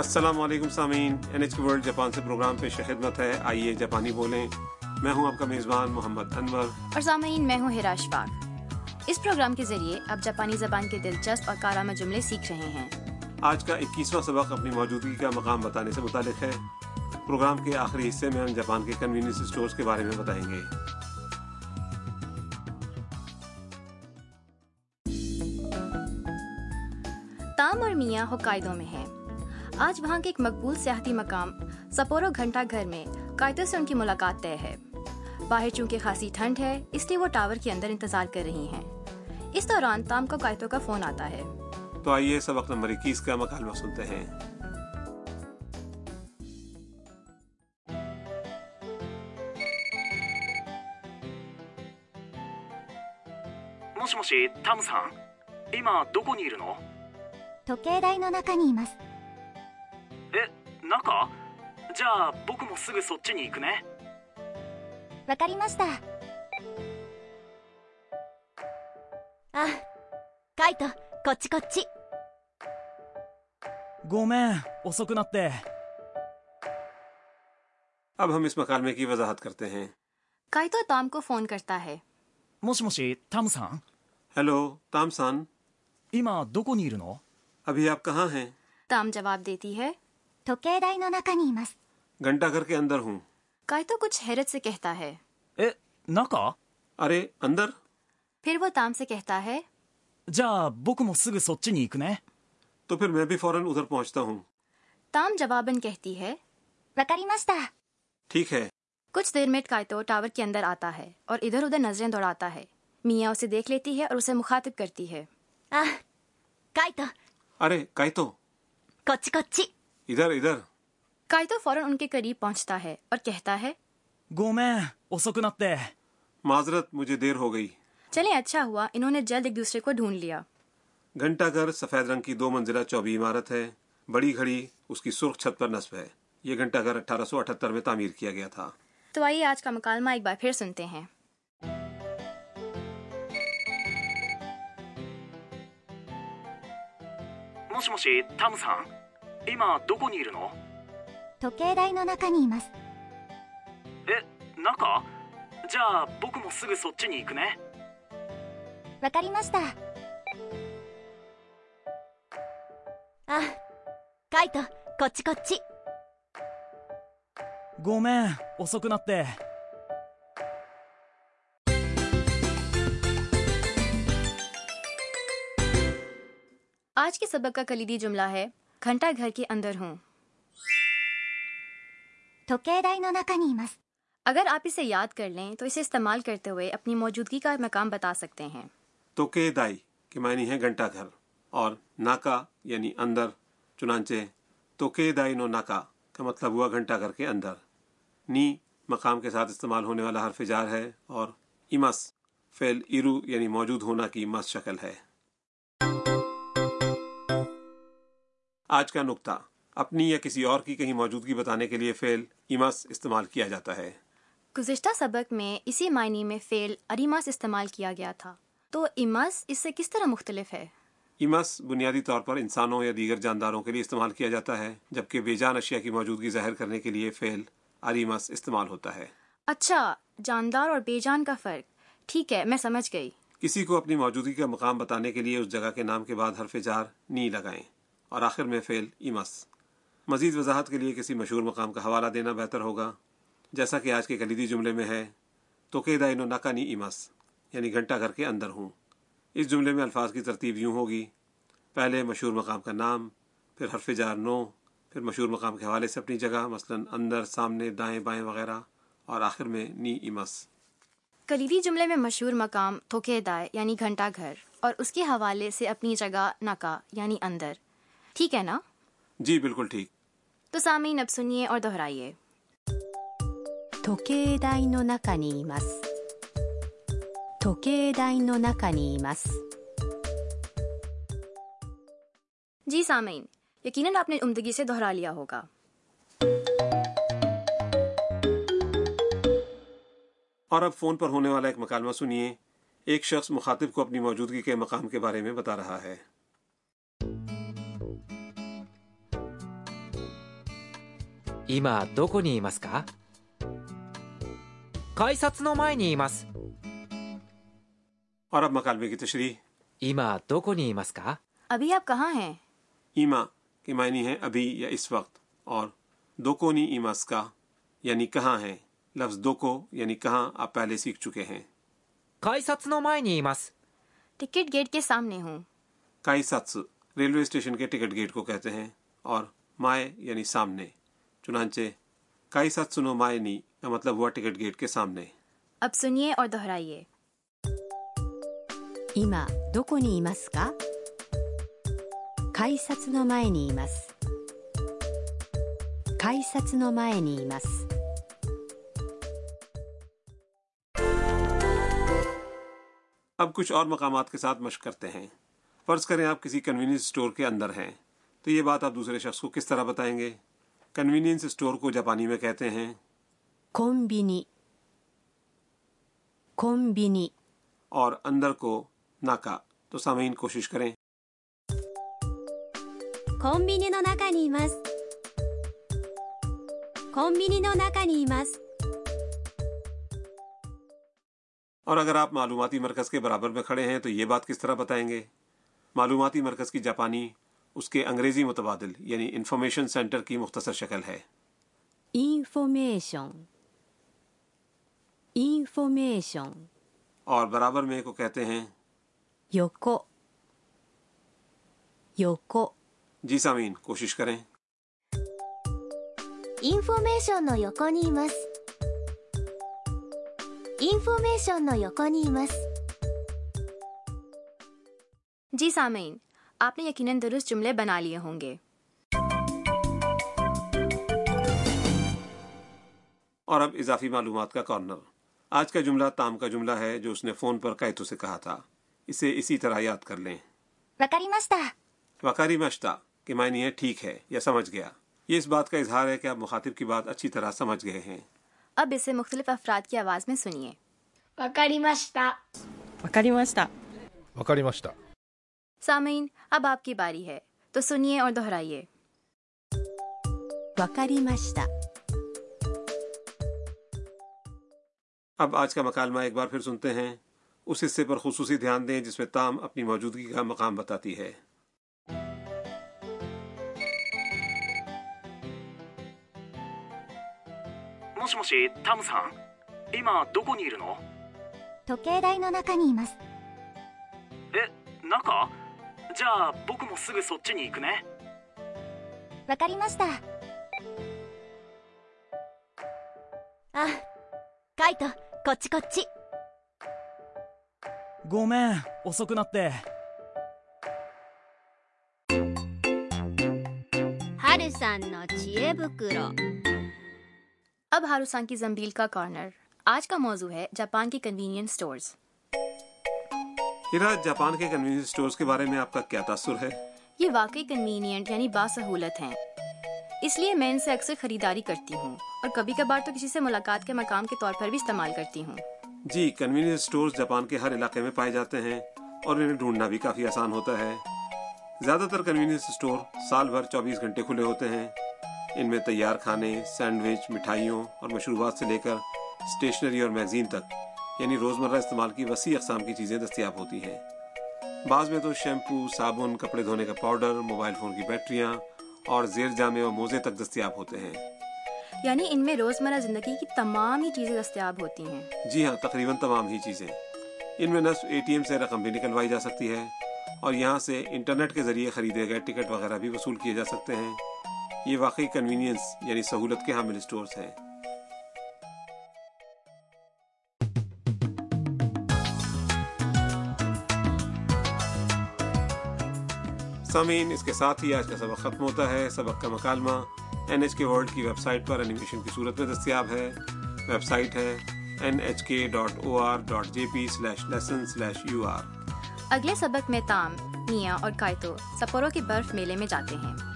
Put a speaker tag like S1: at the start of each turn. S1: السلام علیکم سامعین این ایچ ورلڈ جاپان سے پروگرام پیش خدمت ہے آئیے جاپانی بولیں میں ہوں آپ کا میزبان محمد انور
S2: اور سامعین میں ہوں ہراش پاک اس پروگرام کے ذریعے آپ جاپانی زبان کے دلچسپ اور کارآمد جملے سیکھ رہے ہیں
S1: آج کا اکیسواں سبق اپنی موجودگی کا مقام بتانے سے متعلق ہے پروگرام کے آخری حصے میں ہم جاپان کے کنوینئنس اسٹورز کے بارے میں بتائیں گے
S2: تام اور میاں ہوکائدو میں ہیں آج وہاں کے ایک مقبول سیاحتی مقام سپورو گھنٹہ گھر میں قائدوں سے ان کی ملاقات طے ہے باہر چونکہ خاصی ٹھنڈ ہے اس لیے وہ ٹاور کے اندر انتظار کر رہی ہیں اس دوران تام کو قائدوں کا فون آتا ہے
S1: تو آئیے سبق نمبر اکیس کا مکالمہ سنتے ہیں
S3: もしもしタムさん今どこにいるの
S4: 時計台の中にいます
S3: え中じゃあ僕もすぐそっちに行くね
S4: わかりましたあカイトこっちこっち
S5: ごめん遅くなって
S1: اب ہم اس مکالمے کی وضاحت کرتے ہیں
S2: قائدو تام کو فون کرتا ہے
S5: もしもしタムさん
S1: ہیلو تام سان
S5: 今どこにいるの
S1: ابھی آپ کہاں ہیں
S2: تام جواب دیتی ہے
S4: 時計台の中にいます
S1: گھنٹہ گھر کے اندر ہوں
S2: قائدو کچھ حیرت سے کہتا ہے
S5: え中
S1: ارے اندر
S2: پھر وہ تام سے کہتا ہے
S5: じゃあ僕もすぐそっちに行くね
S1: تو پھر میں بھی فوراً ادھر پہنچتا ہوں
S2: تام جواباً کہتی ہے
S4: わかりました
S1: ٹھیک ہے
S2: کچھ دیر میں قائدو ٹاور کے اندر آتا ہے اور ادھر ادھر نظریں دوڑاتا ہے میاں اسے دیکھ لیتی ہے اور اسے مخاطب کرتی ہے
S4: あカイト
S1: ارے کائی تو
S4: こっちこっち
S1: ادھر ادھر
S2: قائدو فوراً ان کے قریب پہنچتا ہے اور کہتا ہے
S5: ごめん遅くなって
S1: معذرت مجھے دیر ہو گئی
S2: چلیں اچھا ہوا انہوں نے جلد ایک دوسرے کو ڈھونڈ لیا
S1: گھنٹہ گھر سفید رنگ کی دو منزلہ چوبی عمارت ہے بڑی گھڑی اس کی سرخ چھت پر نصب ہے یہ گھنٹہ گھر اٹھارہ سو اٹھہتر میں تعمیر کیا گیا تھا
S2: تو آئیے آج کا مکالمہ ایک بار پھر سنتے ہیں
S3: もしもしタムさん今どこにいるの
S4: 時計台の中にいます
S3: え中じゃあ僕もすぐそっちに行くね
S4: わかりましたあカイトこっちこっち
S5: ごめん遅くなって
S2: آج کے سبق کا کلیدی جملہ ہے گھنٹہ گھر کے اندر ہوں
S4: 時計台の中にいます
S2: اگر آپ اسے یاد کر لیں تو اسے استعمال کرتے ہوئے اپنی موجودگی کا مقام بتا سکتے ہیں
S1: تو کہ دائی کے معنی ہے گھنٹہ گھر اور ناکا یعنی اندر چنانچہ تو کہ دائی نو ناکا کا مطلب ہوا گھنٹہ گھر کے اندر نی مقام کے ساتھ استعمال ہونے والا حرف جار ہے اور امس فعل ایرو یعنی موجود ہونا کی مس شکل ہے آج کا نقطہ اپنی یا کسی اور کی کہیں موجودگی بتانے کے لیے فعل امس استعمال کیا جاتا ہے
S2: گزشتہ سبق میں اسی معنی میں فعل اریماس استعمال کیا گیا تھا تو ایمس اس سے کس طرح مختلف ہے
S1: ایمس بنیادی طور پر انسانوں یا دیگر جانداروں کے لیے استعمال کیا جاتا ہے جبکہ بے جان اشیاء کی موجودگی ظاہر کرنے کے لیے فعل اریمس استعمال ہوتا ہے
S2: اچھا جاندار اور بے جان کا فرق ٹھیک ہے میں سمجھ گئی
S1: کسی کو اپنی موجودگی کا مقام بتانے کے لیے اس جگہ کے نام کے بعد حرف جار نی لگائیں اور آخر میں فعل ایمس مزید وضاحت کے لیے کسی مشہور مقام کا حوالہ دینا بہتر ہوگا جیسا کہ آج کے کلیدی جملے میں ہے تو کہ دائنو ناکانی ایمس یعنی گھنٹہ گھر کے اندر ہوں اس جملے میں الفاظ کی ترتیب یوں ہوگی پہلے مشہور مقام کا نام پھر حرف جار نو پھر مشہور مقام کے حوالے سے اپنی جگہ مثلا اندر سامنے دائیں بائیں وغیرہ اور آخر میں نی ایمس
S2: کلیدی جملے میں مشہور مقام تھوکے دائے یعنی گھنٹہ گھر اور اس کے حوالے سے اپنی جگہ ناکا یعنی اندر ٹھیک ہے نا
S1: جی بالکل ٹھیک
S2: تو سامعین اب سنیے اور دہرائیے
S6: 時計台の中にいます時計台の中にいます
S2: جی سامعین یقیناً آپ نے عمدگی سے دہرا لیا ہوگا
S1: اور اب فون پر ہونے والا ایک مکالمہ سنیے ایک شخص مخاطب کو اپنی موجودگی کے مقام کے بارے میں بتا رہا ہے
S7: 今どこにいますか改札の前にいます
S1: اور اب مکالمے کی تشریح
S7: 今どこにいますか
S2: ابھی آپ کہاں ہیں
S1: ایما کے معنی ہیں ابھی یا اس وقت اور دوکونی ایماس کا یعنی کہاں ہیں لفظ دوکو یعنی کہاں آپ پہلے سیکھ چکے ہیں
S7: 改札の前にいます
S2: ٹکٹ گیٹ کے سامنے ہوں
S1: کائی ساتس ریلوے اسٹیشن کے ٹکٹ گیٹ کو کہتے ہیں اور مائے یعنی سامنے چنانچہ کائی ساتس نو مائے نی کا مطلب ہوا ٹکٹ گیٹ کے سامنے
S2: اب سنیے اور دہرائیے
S6: 今どこにいますか改札の前にいます改札の前にいます
S1: اب کچھ اور مقامات کے ساتھ مشق کرتے ہیں فرض کریں آپ کسی کنوینئنس اسٹور کے اندر ہیں تو یہ بات آپ دوسرے شخص کو کس طرح بتائیں گے کنوینئنس اسٹور کو جاپانی میں کہتے ہیں
S6: コンビニコンビニ
S1: اور اندر کو ناکا تو سامعین کوشش کریں
S4: コンビニの中にいますコンビニの中にいます
S1: اور اگر آپ معلوماتی مرکز کے برابر میں کھڑے ہیں تو یہ بات کس طرح بتائیں گے معلوماتی مرکز کی جاپانی اس کے انگریزی متبادل یعنی انفارمیشن سینٹر کی مختصر شکل ہے
S6: インフォメーションインフォメーション
S1: اور برابر میں کو کہتے ہیں
S6: 横横
S1: جی سامعین کوشش کریں
S4: インフォメーションの横にいますインフォメーションの横にいます
S2: جی سامعین آپ نے یقیناً درست جملے بنا لیے ہوں گے
S1: اور اب اضافی معلومات کا کارنر آج کا جملہ تام کا جملہ ہے جو اس نے فون پر کیتو سے کہا تھا اسے اسی طرح یاد کر لیں
S4: わかりました
S1: وقاری مشتہ کے معنی ہے ٹھیک ہے یا سمجھ گیا یہ اس بات کا اظہار ہے کہ آپ مخاطب کی بات اچھی طرح سمجھ گئے ہیں
S2: اب اسے مختلف افراد کی آواز میں سنیے
S8: わかりました
S9: わかりました
S10: わかりました
S2: سامعین اب آپ کی باری ہے تو سنیے اور دہرائیے
S6: わかりました
S1: اب آج کا مکالمہ ایک بار پھر سنتے ہیں اس حصے پر خصوصی دھیان دیں جس میں تام اپنی موجودگی کا مقام بتاتی ہے
S3: もしもしタムさん今どこにいるの
S4: 時計台の中にいます
S3: え中じゃあ僕もすぐそっちに行くね
S4: わかりましたあカイトこっちこっち
S5: ごめん遅くなって
S8: はるさんの知恵袋
S2: اب ہاروسان کی زمبیل کا کارنر آج کا موضوع ہے جاپان کی کنوینئنس اسٹورز
S1: ہیرا جاپان کے کنوینئنس اسٹورز کے بارے میں آپ کا کیا تاثر ہے
S2: یہ واقعی کنوینئنٹ یعنی باسہولت ہیں اس لیے میں ان سے اکثر خریداری کرتی ہوں اور کبھی کبھار تو کسی سے ملاقات کے مقام کے طور پر بھی استعمال کرتی ہوں
S1: جی کنوینئنس اسٹورز جاپان کے ہر علاقے میں پائے جاتے ہیں اور انہیں ڈھونڈنا بھی کافی آسان ہوتا ہے زیادہ تر کنوینئنس اسٹور سال بھر چوبیس گھنٹے کھلے ہوتے ہیں ان میں تیار کھانے سینڈوچ مٹھائیوں اور مشروبات سے لے کر اسٹیشنری اور میگزین تک یعنی روزمرہ استعمال کی وسیع اقسام کی چیزیں دستیاب ہوتی ہیں بعض میں تو شیمپو صابن کپڑے دھونے کا پاؤڈر موبائل فون کی بیٹریاں اور زیر جامے اور موزے تک دستیاب ہوتے ہیں
S2: یعنی ان میں روزمرہ زندگی کی تمام ہی چیزیں دستیاب ہوتی ہیں
S1: جی ہاں تقریباً تمام ہی چیزیں ان میں نصف اے ٹی ایم سے رقم بھی نکلوائی جا سکتی ہے اور یہاں سے انٹرنیٹ کے ذریعے خریدے گئے ٹکٹ وغیرہ بھی وصول کیے جا سکتے ہیں یہ واقعی کنوینئنس یعنی سہولت کے حامل اسٹورز ہیں سامعین اس کے ساتھ ہی آج کا سبق ختم ہوتا ہے سبق کا مکالمہ این ایچ کے ورلڈ کی ویب سائٹ پر اینیمیشن کی صورت میں دستیاب ہے ویب سائٹ ہے N H K dot O R dot J P slash lesson slash U R
S2: اگلے سبق میں تام نیا اور کائتو سپورو کے برف میلے میں جاتے ہیں